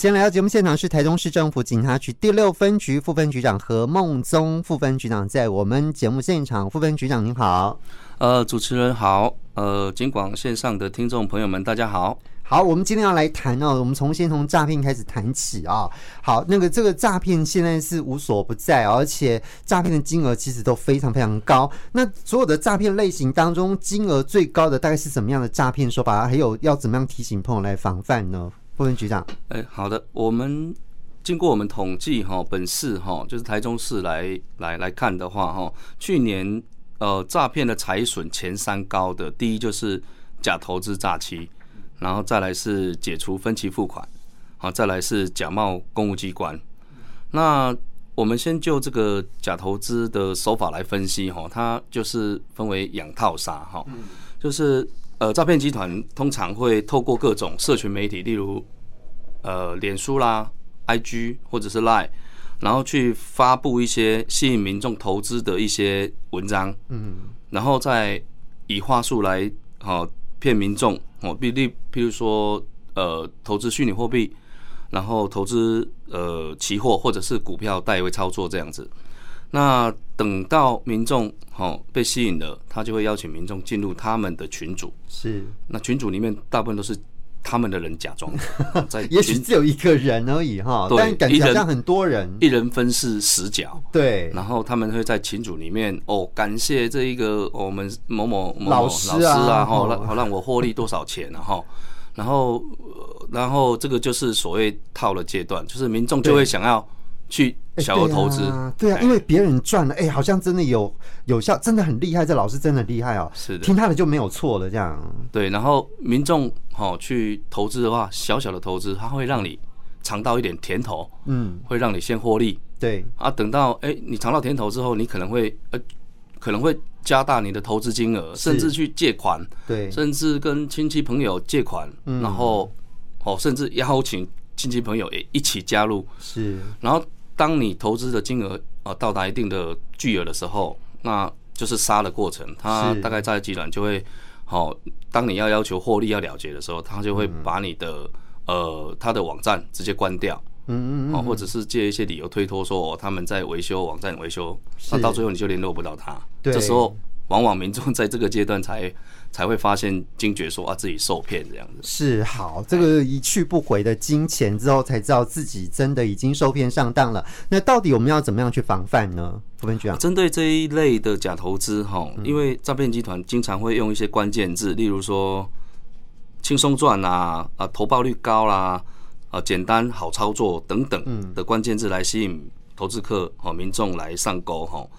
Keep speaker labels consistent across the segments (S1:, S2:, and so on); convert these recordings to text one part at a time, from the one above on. S1: 今天来到节目现场是台中市政府警察局第六分局副分局长何孟宗副分局长，在我们节目现场，副分局长您好。
S2: 呃，主持人好，呃，金广线上的听众朋友们，大家好。
S1: 好，我们今天要来谈哦，我们从先从诈骗开始谈起啊、好，那个这个诈骗现在是无所不在哦、而且诈骗的金额其实都非常非常高。那所有的诈骗类型当中，金额最高的大概是什么样的诈骗手法？还有要怎么样提醒朋友来防范呢？副分局长，
S2: 哎，好的，我们经过我们统计哈，本市哈，就是台中市来来来看的话哈，去年呃诈骗的财损前三高的，第一就是假投资诈欺，然后再来是解除分期付款，好，再来是假冒公务机关。那我们先就这个假投资的手法来分析哈，它就是分为养套杀哈，就是呃诈骗集团通常会透过各种社群媒体，例如呃脸书啦、IG 或者是 Line，然后去发布一些吸引民众投资的一些文章，嗯，然后再以话术来哦骗民众哦，比例譬如说呃投资虚拟货币，然后投资呃期货或者是股票代为操作这样子。那等到民众哦被吸引了，他就会邀请民众进入他们的群组。
S1: 是，
S2: 那群组里面大部分都是他们的人假装哦 在
S1: 也许
S2: 群
S1: 只有一个人而已哈，
S2: 对
S1: 但感
S2: 一
S1: 觉
S2: 人
S1: 好像很多人。
S2: 一人分饰十角，
S1: 对，
S2: 然后他们会在群组里面哦，感谢这一个哦我们某某某某
S1: 老
S2: 老
S1: 师
S2: 师
S1: 啊
S2: 啊，
S1: 哦
S2: 哈、让好让我获利多少钱啊，哈，然后呃然后这个就是所谓套的阶段，就是民众就会想要去
S1: 哎
S2: 小额投资，
S1: 对啊，对啊
S2: 哎
S1: 因为别人赚了，哎、好像真的有有效，真的很厉害，这老师真的厉害哦，
S2: 是的
S1: 听他的就没有错了，这样
S2: 对，然后民众哦去投资的话，小小的投资，它会让你尝到一点甜头，
S1: 嗯，
S2: 会让你先获利，
S1: 对，
S2: 啊，等到哎、你尝到甜头之后，你可能会呃，可能会加大你的投资金额，甚至去借款，
S1: 对，嗯
S2: 甚至跟亲戚朋友借款，然后哦，甚至邀请亲戚朋友也一起加入。
S1: 是，
S2: 然后，当你投资的金额呃到达一定的巨额的时候，那就是杀的过程。它
S1: 是
S2: 大概在集团就会，好、当你要要求获利要了结的时候，它就会
S1: 嗯
S2: 把你的、呃它的网站直接关掉。
S1: 嗯嗯嗯，
S2: 哦，或者是借一些理由推脱说、哦、他们在维修网站维修，
S1: 是
S2: 那到最后你就联络不到他。
S1: 对
S2: 这时候往往民众在这个阶段才才会发现惊觉说啊自己受骗这样子。
S1: 是好，这个一去不回的金钱之后，才知道自己真的已经受骗上当了。那到底我们要怎么样去防范呢？副分局长，
S2: 针对这一类的假投资哈，哦因为诈骗集团经常会用一些关键字，例如说轻松赚啦、啊投报率高啦、啊简单好操作等等的关键字来吸引投资客哦民众来上钩哈。哦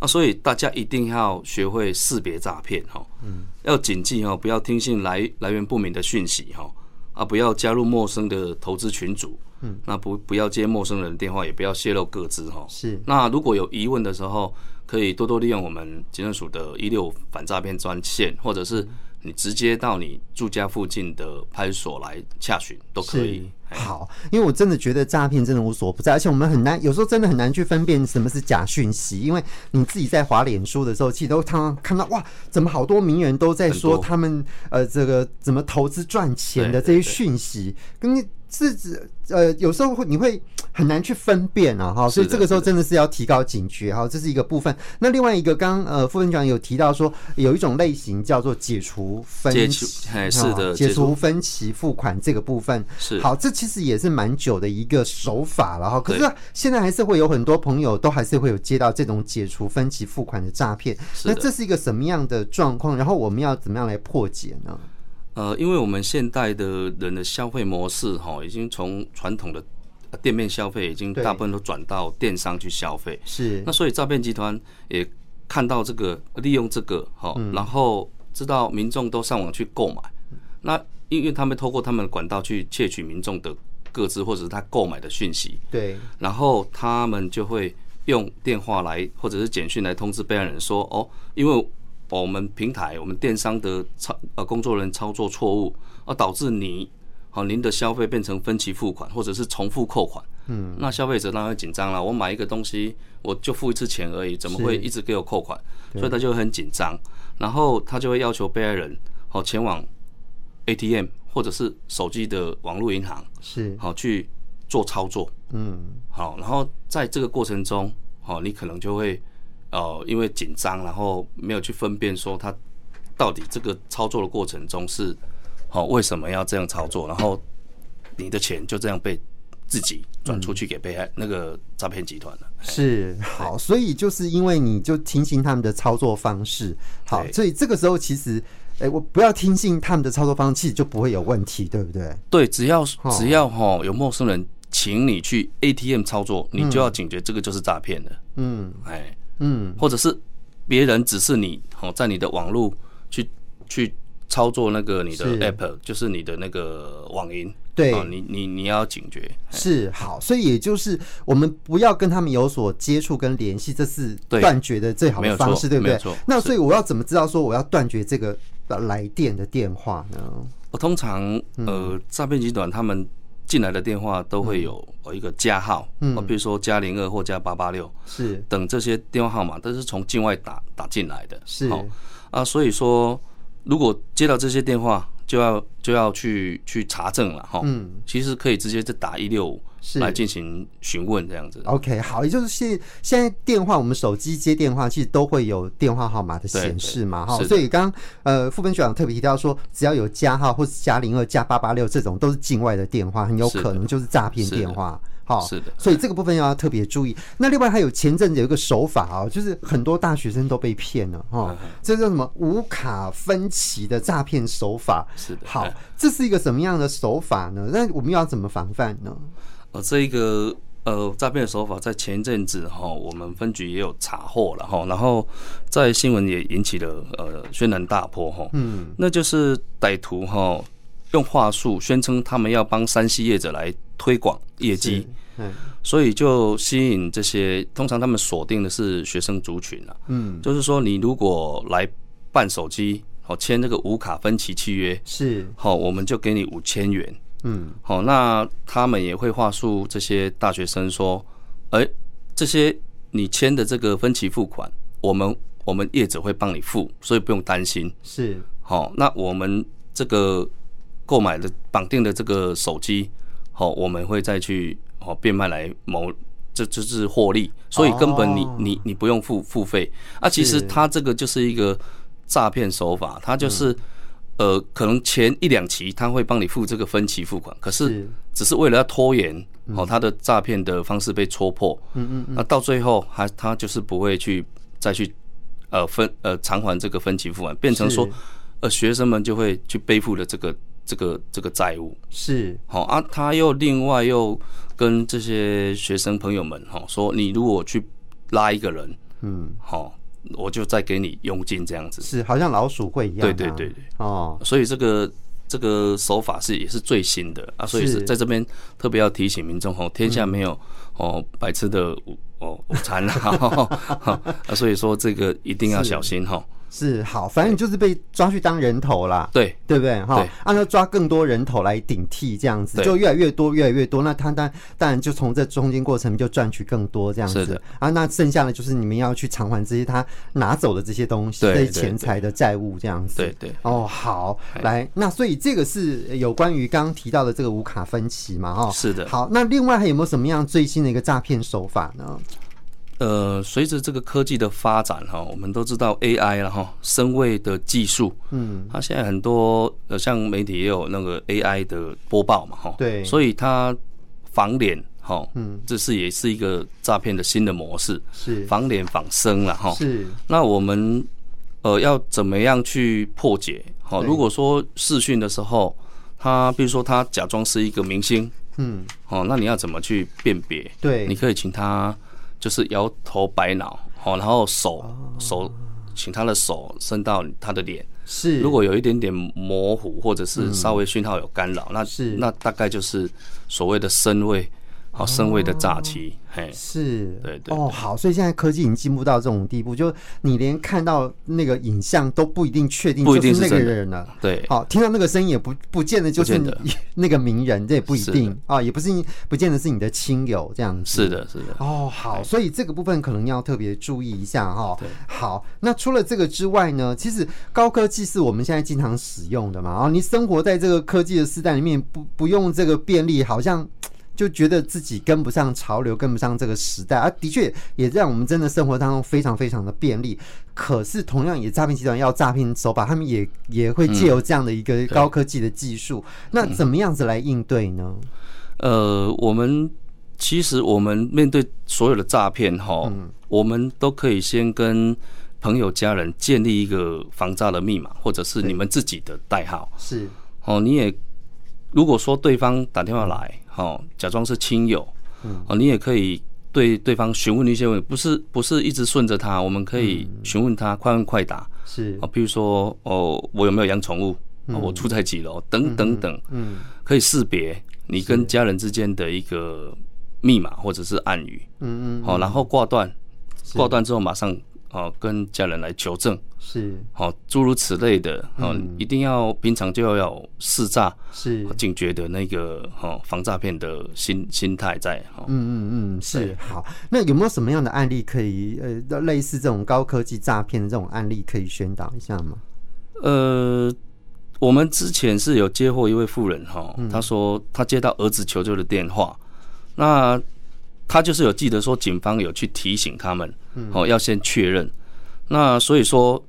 S2: 啊，所以大家一定要学会识别诈骗哈，嗯，要谨记哦，不要听信来来源不明的讯息哈，啊，不要加入陌生的投资群组，嗯，那不不要接陌生人的电话，也不要泄露各自哈，
S1: 是
S2: 那如果有疑问的时候，可以多多利用我们警政署的一六反诈骗专线，或者是你直接到你住家附近的派出所来洽询都可
S1: 是
S2: 以。哎
S1: 好，因为我真的觉得诈骗真的无所不在，而且我们很难，有时候真的很难去分辨什么是假讯息，因为你自己在滑脸书的时候，其实都常常看到哇，怎么好多名人都在说
S2: 很多
S1: 他们呃这个怎么投资赚钱的这些
S2: 对对
S1: 讯息，跟你是指呃有时候会你会很难去分辨啊哈，所以
S2: 是的
S1: 这个时候
S2: 是的
S1: 真的是要提高警觉哈，这是一个部分。那另外一个，刚刚呃副院长有提到说有一种类型叫做解除分
S2: 解
S1: 歧
S2: 除哎
S1: 哦
S2: 是的
S1: 解
S2: 解除
S1: 除分期付款这个部分。
S2: 是
S1: 好，这其实也是蛮久的一个手法了哈。可
S2: 对
S1: 是现在还是会有很多朋友都还是会有接到这种解除分期付款的诈骗，
S2: 是
S1: 那
S2: 的
S1: 这是一个什么样的状况？然后我们要怎么样来破解呢？
S2: 呃，因为我们现代的人的消费模式哈，已经从传统的呃店面消费，已经
S1: 对
S2: 大部分都转到电商去消费。
S1: 是
S2: 那所以诈骗集团也看到这个，利用这个哈，然后知道民众都上网去购买，那因为他们透过他们的管道去窃取民众的各自或者是他购买的讯息，
S1: 对，
S2: 然后他们就会用电话来或者是简讯来通知备案人说，哦，因为我们平台我们电商的操呃工作人员操作错误，而导致你哦您的消费变成分期付款或者是重复扣款。嗯，那消费者当然会紧张了。我买一个东西，我就付一次钱而已，怎么会一直给我扣款？所以他就会很紧张，然后他就会要求被害人哦前往 ATM 或者是手机的网络银行
S1: 是
S2: 好去做操作，
S1: 嗯，
S2: 好，然后在这个过程中，好，你可能就会呃因为紧张，然后没有去分辨说他到底这个操作的过程中是好为什么要这样操作，然后你的钱就这样被自己转
S1: 嗯
S2: 出去给被害、那个诈骗集团了。
S1: 是好，所以就是因为你就听信他们的操作方式，好，
S2: 对
S1: 所以这个时候其实，哎、我不要听信他们的操作方式，其实就不会有问题，对不对？
S2: 对，只要
S1: 哦
S2: 只要哈有陌生人请你去 ATM 操作，你就要警觉这个就是诈骗的，
S1: 嗯
S2: 哎，
S1: 嗯，
S2: 或者是别人只是你哦在你的网络去去操作那个你的
S1: 是
S2: app，就是你的那个网银，
S1: 对
S2: 哦你你你要警觉，
S1: 是好，所以也就是我们不要跟他们有所接触跟联系，这是
S2: 对
S1: 断绝的最好
S2: 没
S1: 的
S2: 有错
S1: 方式，对不
S2: 没
S1: 对
S2: 有错？
S1: 那
S2: 是
S1: 所以我要怎么知道说我要断绝这个呃来电的电话呢？
S2: 我通常
S1: 嗯
S2: 呃，诈骗集团他们进来的电话都会有呃一个加号，
S1: 嗯
S2: 哦比如说加零二或加八八六
S1: 是
S2: 等这些电话号码，都是从境外打打进来的。
S1: 是，
S2: 好啊，所以说如果接到这些电话，就要就要去去查证了哈。
S1: 嗯，
S2: 其实可以直接就打一六五
S1: 是
S2: 来进行询问这样子。
S1: OK，好，也就是现现在电话，我们手机接电话其实都会有电话号码的显示嘛，
S2: 对
S1: 哈，
S2: 对是的
S1: 所以刚呃副本局长特别提到说，只要有加号或是加零二、加八八六这种都是境外的电话，很有
S2: 是的
S1: 可能就是诈骗
S2: 是的
S1: 电话，哈，
S2: 是的，
S1: 所以这个部分要特别注意。那另外还有前阵子有一个手法哦，就是很多大学生都被骗了哈，
S2: 嗯
S1: 这叫什么无卡分期的诈骗手法。
S2: 是的。
S1: 好
S2: 哎，
S1: 这是一个什么样的手法呢？那我们要怎么防范呢？
S2: 呃，这一个呃诈骗的手法，在前一阵子哈，我们分局也有查获了哈，然后在新闻也引起了呃轩然大波哈。
S1: 嗯，
S2: 那就是歹徒哈用话术宣称他们要帮山西业者来推广业绩，
S1: 嗯
S2: 所以就吸引这些通常他们锁定的是学生族群啊，
S1: 嗯，
S2: 就是说你如果来办手机，好签这个无卡分期契约，
S1: 是，
S2: 好我们就给你五千元。
S1: 嗯
S2: 好、那他们也会话术这些大学生说，哎、这些你签的这个分期付款，我们我们业者会帮你付，所以不用担心。
S1: 是。
S2: 好、那我们这个购买的绑定的这个手机，好、我们会再去哦变卖来谋，这这是获利，所以根本你、
S1: 哦
S2: 你你不用付付费啊。其实
S1: 是嗯
S2: 它这个就是一个诈骗手法，它就是、呃，可能前一两期他会帮你付这个分期付款，可是
S1: 是
S2: 只是为了要拖延。哦，他的诈骗的方式被戳破，
S1: 嗯嗯，
S2: 那到最后还他就是不会去再去呃分呃偿还这个分期付款，变成说
S1: 是
S2: 呃学生们就会去背负了这个这个这个债务。
S1: 是
S2: 好、啊，他又另外又跟这些学生朋友们哈、哦、说，你如果去拉一个人，
S1: 嗯
S2: 好、哦，我就再给你佣金这样子。
S1: 是，好像老鼠会一样、啊。
S2: 对对对对，
S1: 哦，
S2: 所以这个。这个手法是也是最新的啊，所以
S1: 是嗯
S2: 是在这边特别要提醒民众哦，天下没有、哦白吃的午哦午餐 啦、啊，啊，所以说这个一定要小心哈。
S1: 是好，反正你就是被抓去当人头啦。
S2: 对，
S1: 对不对？哈
S2: 对，
S1: 按照抓更多人头来顶替，这样子
S2: 对
S1: 就越来越多，越来越多。那他当当然就从这中间过程就赚取更多这样
S2: 是
S1: 子
S2: 的
S1: 啊。那剩下的就是你们要去偿还这些他拿走的这些东西，
S2: 对
S1: 这些
S2: 对
S1: 钱财的债务这样子。
S2: 对哎对
S1: 哦，好，来，那所以这个是有关于刚刚提到的这个无卡分歧嘛？哈，
S2: 是的
S1: 好，那另外还有没有什么样最新的一个诈骗手法呢？
S2: 呃，随着这个科技的发展哈，我们都知道 AI 了哈，身位的技术，
S1: 嗯，
S2: 它现在很多呃，像媒体也有那个 AI 的播报嘛哈，
S1: 对
S2: 所以它仿脸哈，
S1: 嗯，
S2: 这是也是一个诈骗的新的模式，
S1: 是
S2: 仿脸仿生了哈。
S1: 是
S2: 那我们呃要怎么样去破解？好，
S1: 对
S2: 如果说视讯的时候，他比如说他假装是一个明星，
S1: 嗯，
S2: 哦，那你要怎么去辨别？你
S1: 对，
S2: 可以请他就是摇头摆脑，哦，然后手手请他的手伸到他的脸，
S1: 是嗯
S2: 如果有一点点模糊或者是稍微讯号有干扰，那
S1: 是哦
S2: 那大概就是所谓的身位，好、身位的诈欺，嘿，
S1: 是，
S2: 对对
S1: 哦，好，所以现在科技已经进步到这种地步，就你连看到那个影像都不一定确定
S2: 不一
S1: 就是
S2: 定是
S1: 那个
S2: 真的
S1: 人了。
S2: 对，
S1: 好，听到那个声音也不不见得就是
S2: 不
S1: 你
S2: 见得
S1: 那个名人，这也不一
S2: 是
S1: 定啊、也不是你不见得是你的亲友这样子。
S2: 是的，是的。
S1: 哦，好，所以这个部分可能要特别注意一下哈
S2: 对。
S1: 好，那除了这个之外呢，其实高科技是我们现在经常哦使用的嘛，啊，你生活在这个科技的时代里面，不不用这个便利，好像。就觉得自己跟不上潮流，跟不上这个时代，而、啊、的确也让我们真的生活当中非常非常的便利。可是同样也诈骗集团要诈骗手法，他们也也会借由这样的一
S2: 嗯
S1: 个高科技的技术，那怎么样子来应对呢？
S2: 呃，我们其实我们面对所有的诈骗哈，
S1: 嗯
S2: 我们都可以先跟朋友、家人建立一个防诈的密码，或者是你们自己的代号。
S1: 是
S2: 哦，你也如果说对方打电话来，哦，假装是亲友，
S1: 嗯
S2: 哦，你也可以对对方询问一些问题，不是不是一直顺着他，我们可以
S1: 嗯
S2: 询问他快问快答。
S1: 是
S2: 哦，，比如说哦，我有没有养宠物？哦，我住在几楼？等等等，
S1: 嗯，
S2: 可以识别你跟家人之间的一个密码或者是暗语。
S1: 嗯嗯，
S2: 好、然后挂断，挂断之后马上哦跟家人来求证，
S1: 是
S2: 好、诸如此类的，哦，
S1: 嗯
S2: 一定要平常就要有试诈、
S1: 是，
S2: 警觉的那个哦防诈骗的心心态在哈。哦
S1: 嗯嗯嗯，是
S2: 对
S1: 好。那有没有什么样的案例可以呃类似这种高科技诈骗的这种案例可以宣导一下吗？
S2: 呃，我们之前是有接获一位妇人哈，他说他接到儿子求救的电话，那他就是有记得说警方有去提醒他们，哦，要先确认。那所以说，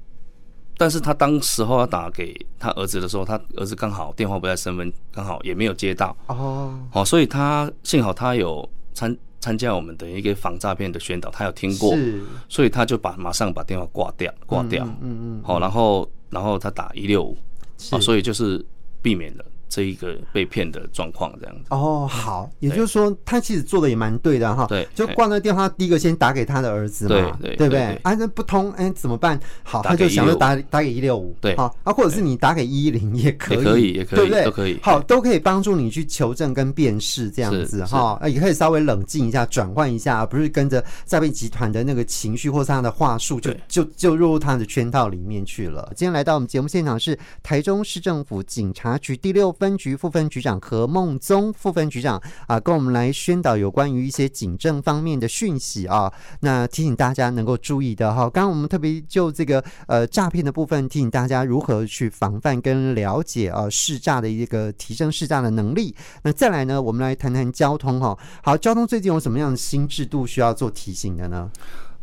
S2: 但是他当时候要打给他儿子的时候，他儿子刚好电话不在身份，刚好也没有接到，
S1: 哦，
S2: 哦，所以他幸好他有参参加我们的一个防诈骗的宣导，他有听过，
S1: 是
S2: 所以他就把马上把电话挂掉，挂掉。
S1: 嗯嗯
S2: 好、然后然后他打一六五，
S1: 是
S2: 啊，所以就是避免了这一个被骗的状况这样子。
S1: 哦，好，也就是说他其实做的也蛮对的哈。
S2: 对哎
S1: 就挂了电话，第一个先打给他的儿子嘛，
S2: 对对
S1: 不对
S2: 对对？
S1: 啊，那不通，哎，怎么办？好，
S2: 打
S1: 他就
S2: 给
S1: 想要
S2: 165
S1: 打打给一六五，
S2: 对
S1: 好啊，或者是你打给一一零也可以，
S2: 也可以也可
S1: 对
S2: 以
S1: 不对？
S2: 都可以
S1: 好，都可以帮助你去求证跟辨识这样
S2: 是
S1: 子
S2: 是
S1: 哈，啊也可以稍微冷静一下，转换一下，而不是跟着诈骗集团的那个情绪或是他的话术就
S2: 对
S1: 就就落入他的圈套里面去了。今天来到我们节目现场是台中市政府警察局第六分局副分局长何梦宗副分局长啊，跟我们来宣导有关于一些警政方面的讯息啊。那提醒大家能够注意的哈。刚刚我们特别就这个呃诈骗的部分，提醒大家如何去防范跟了解啊试诈的一个提升试诈的能力。那再来呢，我们来谈谈交通哈。好，交通最近有什么样的新制度需要做提醒的呢？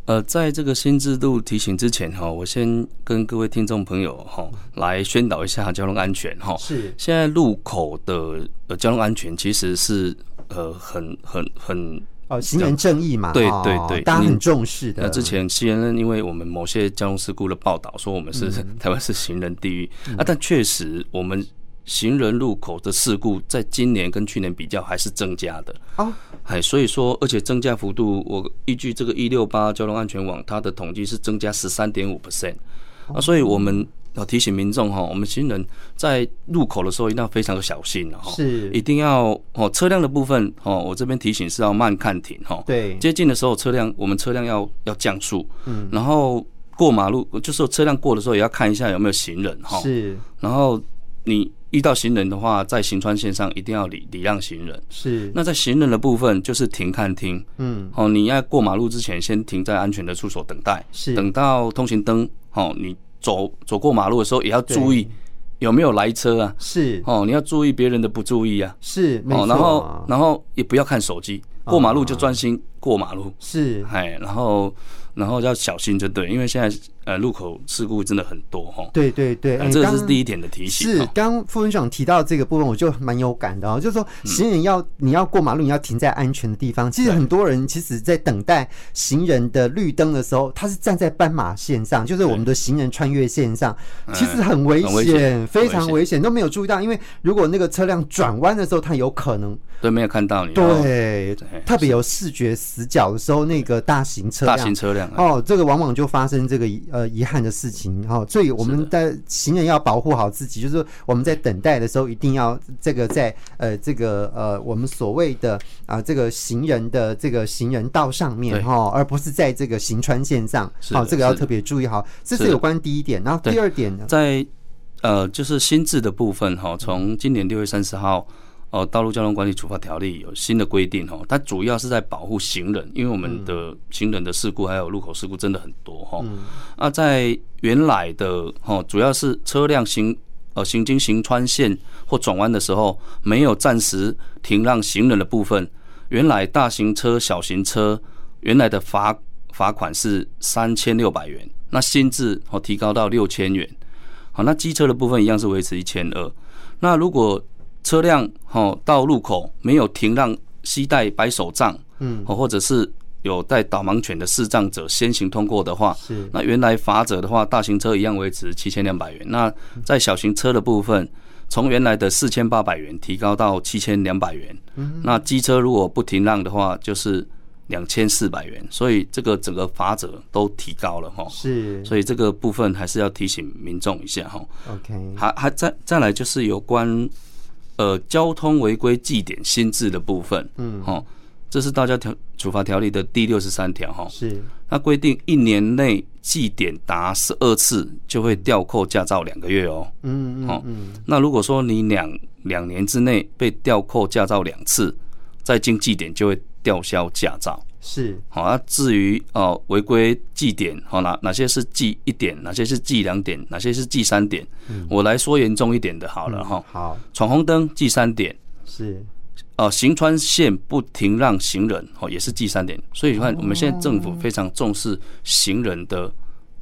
S2: 呃，在这个新制度提醒之前哈、我先跟各位听众朋友哈、来宣导一下交通安全哈、
S1: 是
S2: 现在路口的呃交通安全其实是呃很很很
S1: 哦，行人正义嘛，
S2: 对
S1: 哦
S2: 对对
S1: 大家
S2: 因为
S1: 很重视的。
S2: 那之前 CNN 因为我们某些交通事故的报道，说我们是 台湾是行人地狱、啊，但确实我们行人路口的事故，在今年跟去年比较还是增加的。
S1: 哦，
S2: 哎，所以说，而且增加幅度，我依据这个一六八交通安全网它的统计是增加十三点五 percent 啊，所以我们要提醒民众哈，我们行人在入口的时候一定要非常的小心了哈，
S1: 是
S2: 一定要哦，车辆的部分哦，我这边提醒是要慢看停哦哈，
S1: 对
S2: 接近的时候，车辆我们车辆要要降速，嗯，然后过马路就是车辆过的时候也要看一下有没有行人哈，
S1: 是
S2: 然后你遇到行人的话，在行穿线上一定要礼礼让行人。
S1: 是
S2: 那在行人的部分就是停看听，
S1: 嗯
S2: 哦，你要过马路之前先停在安全的处所等待，
S1: 是
S2: 等到通行灯，哦，你走走过马路的时候也要注意有没有来车啊，
S1: 是
S2: 哦，你要注意别人的不注意啊，
S1: 是没
S2: 哦，
S1: 错
S2: 然
S1: 啊
S2: 后，然后也不要看手机，过马路就专心过马路，
S1: 是
S2: 哎，然后然后要小心就对，因为现在呃路口事故真的很多哈，
S1: 对对对，
S2: 呃
S1: 哎
S2: 这个
S1: 刚
S2: 是第一点的提醒，
S1: 是
S2: 哦，
S1: 刚刚副院长提到这个部分，我就蛮有感的哦，就是说
S2: 嗯
S1: 行人要、你要过马路，你要停在安全的地方。其实很多人其实，在等待行人的绿灯的时候，他是站在斑马线上，就是我们的行人穿越线上，其实很危
S2: 嗯很危
S1: 险，
S2: 险
S1: 非常
S2: 很危险
S1: 危险，都没有注意到，因为如果那个车辆转弯的时候，它有可能
S2: 对，没有看到你，哦，
S1: 对，
S2: 对
S1: 特别有视觉死角的时候，那个大型车
S2: 大
S1: 辆
S2: 型车辆，啊，
S1: 哦，这个往往就发生这个遗呃遗憾的事情哈、哦，所以我们在行人要保护好自己，就是我们在等待的时候，一定要这个在呃这个呃我们所谓的啊、这个行人的这个行人道上面
S2: 对
S1: 哈、而不是在这个行穿线上，
S2: 是
S1: 好、
S2: 的
S1: 这个要
S2: 是的
S1: 特别注意好，这是
S2: 是的
S1: 有关第一点，然后第
S2: 对
S1: 二点呢
S2: 在呃，就是新制的部分哈，从今年六月三十号，哦，《道路交通管理处罚条例》有新的规定哈，它主要是在保护行人，因为我们的行人的事故还有路口事故真的很多哈。啊，在原来的哈，主要是车辆行呃行经行穿线或转弯的时候，没有暂时停让行人的部分，原来大型车、小型车原来的罚罚款是三千六百元，那新制哦提高到六千元。好，那机车的部分一样是维持一千二。那如果车辆哦到路口没有停让，携带白手杖，
S1: 嗯，
S2: 哦或者是有带导盲犬的视障者先行通过的话，
S1: 是
S2: 那原来罚则的话，大型车一样维持七千两百元。那在小型车的部分，从原来的四千八百元提高到七千两百元。
S1: 嗯
S2: 那机车如果不停让的话，就是两千四百元。所以这个整个罚则都提高了哈。
S1: 是
S2: 所以这个部分还是要提醒民众一下哈。
S1: ，OK，
S2: 还还再再来就是有关呃交通违规记点新制的部分，
S1: 嗯，
S2: 哦，这是大家条处罚条例的第六十三条哈。
S1: 是
S2: 它规定一年内记点达十二次就会吊扣驾照两个月哦。
S1: 嗯嗯
S2: 哦
S1: 嗯，
S2: 那如果说你两两年之内被吊扣驾照两次，再经记点就会吊销驾照。
S1: 是
S2: 好、那至于哦违规记点，好、哪哪些是记一点，哪些是记两点，哪些是记三点，
S1: 嗯
S2: 我来说严重一点的好了哈、
S1: 好
S2: 闯红灯记三点，
S1: 是
S2: 哦，行穿线不停让行人，哦，也是记三点。所以你看，我们现在政府
S1: 哦
S2: 非常重视行人的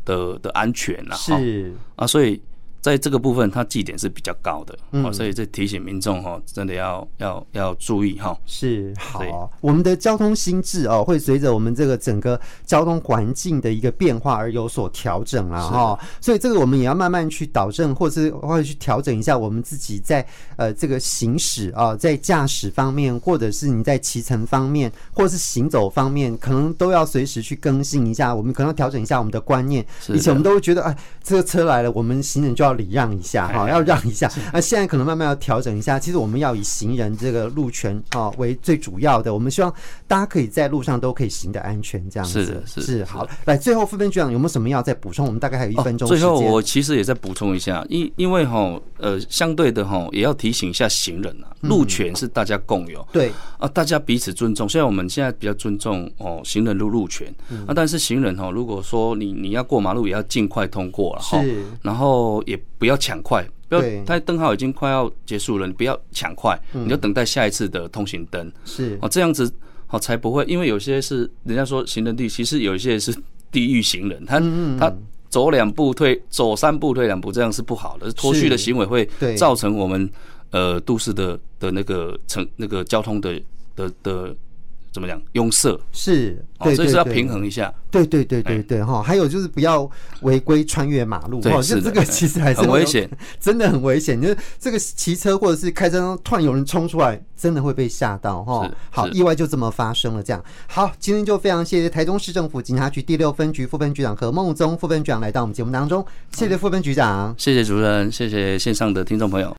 S2: 的的安全啦、哈
S1: 是
S2: 啊，所以在这个部分，它记点是比较高的，哦，
S1: 嗯
S2: 所以这提醒民众哦，真的要要要注意哈、
S1: 是好
S2: 对，
S1: 我们的交通心智哦，会随着我们这个整个交通环境的一个变化而有所调整啦。
S2: 是
S1: 哈、所以这个我们也要慢慢去导正，或是或者去调整一下我们自己在呃这个行驶啊、在驾驶方面，或者是你在骑乘方面，或是行走方面，可能都要随时去更新一下，我们可能要调整一下我们的观念。
S2: 是
S1: 以前
S2: 的
S1: 我们都会觉得，哎，这个车来了，我们行人就要礼让一下哈、
S2: 哎
S1: 要让一下。那现在可能慢慢要调整一下，其实我们要以行人这个路权啊、为最主要的，我们希望大家可以在路上都可以行得安全，这样子
S2: 是的是的是的
S1: 好。来，最后副分局长有没有什么要再补充？我们大概还有一分钟、
S2: 哦。最后，我其实也再补充一下，因因为哈、呃，相对的哈、也要提醒一下行人啊，
S1: 嗯
S2: 路权是大家共有。
S1: 对
S2: 啊，大家彼此尊重。虽然我们现在比较尊重哦行人路路权，
S1: 嗯
S2: 啊，但是行人哦，如果说你你要过马路，也要尽快通过了哈，
S1: 是
S2: 然后也不要抢快，不要
S1: 对，嗯
S2: 它灯号已经快要结束了，你不要抢快，你就等待下一次的通行灯
S1: 是
S2: 哦，这样子哦才不会，因为有些是人家说行人地，其实有一些是 地狱行人，他
S1: 嗯嗯
S2: 他。走两步退，走三步退两步，这样是不好的。脱序的
S1: 是
S2: 行为会
S1: 对
S2: 造成我们呃都市的的那个城那个交通的的的怎么讲拥塞，
S1: 是，
S2: 哦，
S1: 对
S2: 所以
S1: 对
S2: 是要
S1: 对
S2: 平衡一下，
S1: 对对对对对哈，还有就是不要违规穿越马路，
S2: 对
S1: 哈，就
S2: 是的
S1: 这个
S2: 哎
S1: 其实还是
S2: 很危
S1: 有
S2: 险，
S1: 真的很危险，就是这个骑车或者是开车，突然有人冲出来，真的会被吓到哈
S2: 是。
S1: 好，
S2: 是
S1: 意外就这么发生了。这样，好，今天就非常谢谢台中市政府警察局第六分局副分局长何孟宗副分局长来到我们节目当中，谢谢副分局长。
S2: 谢谢主持人，谢谢线上的听众朋友。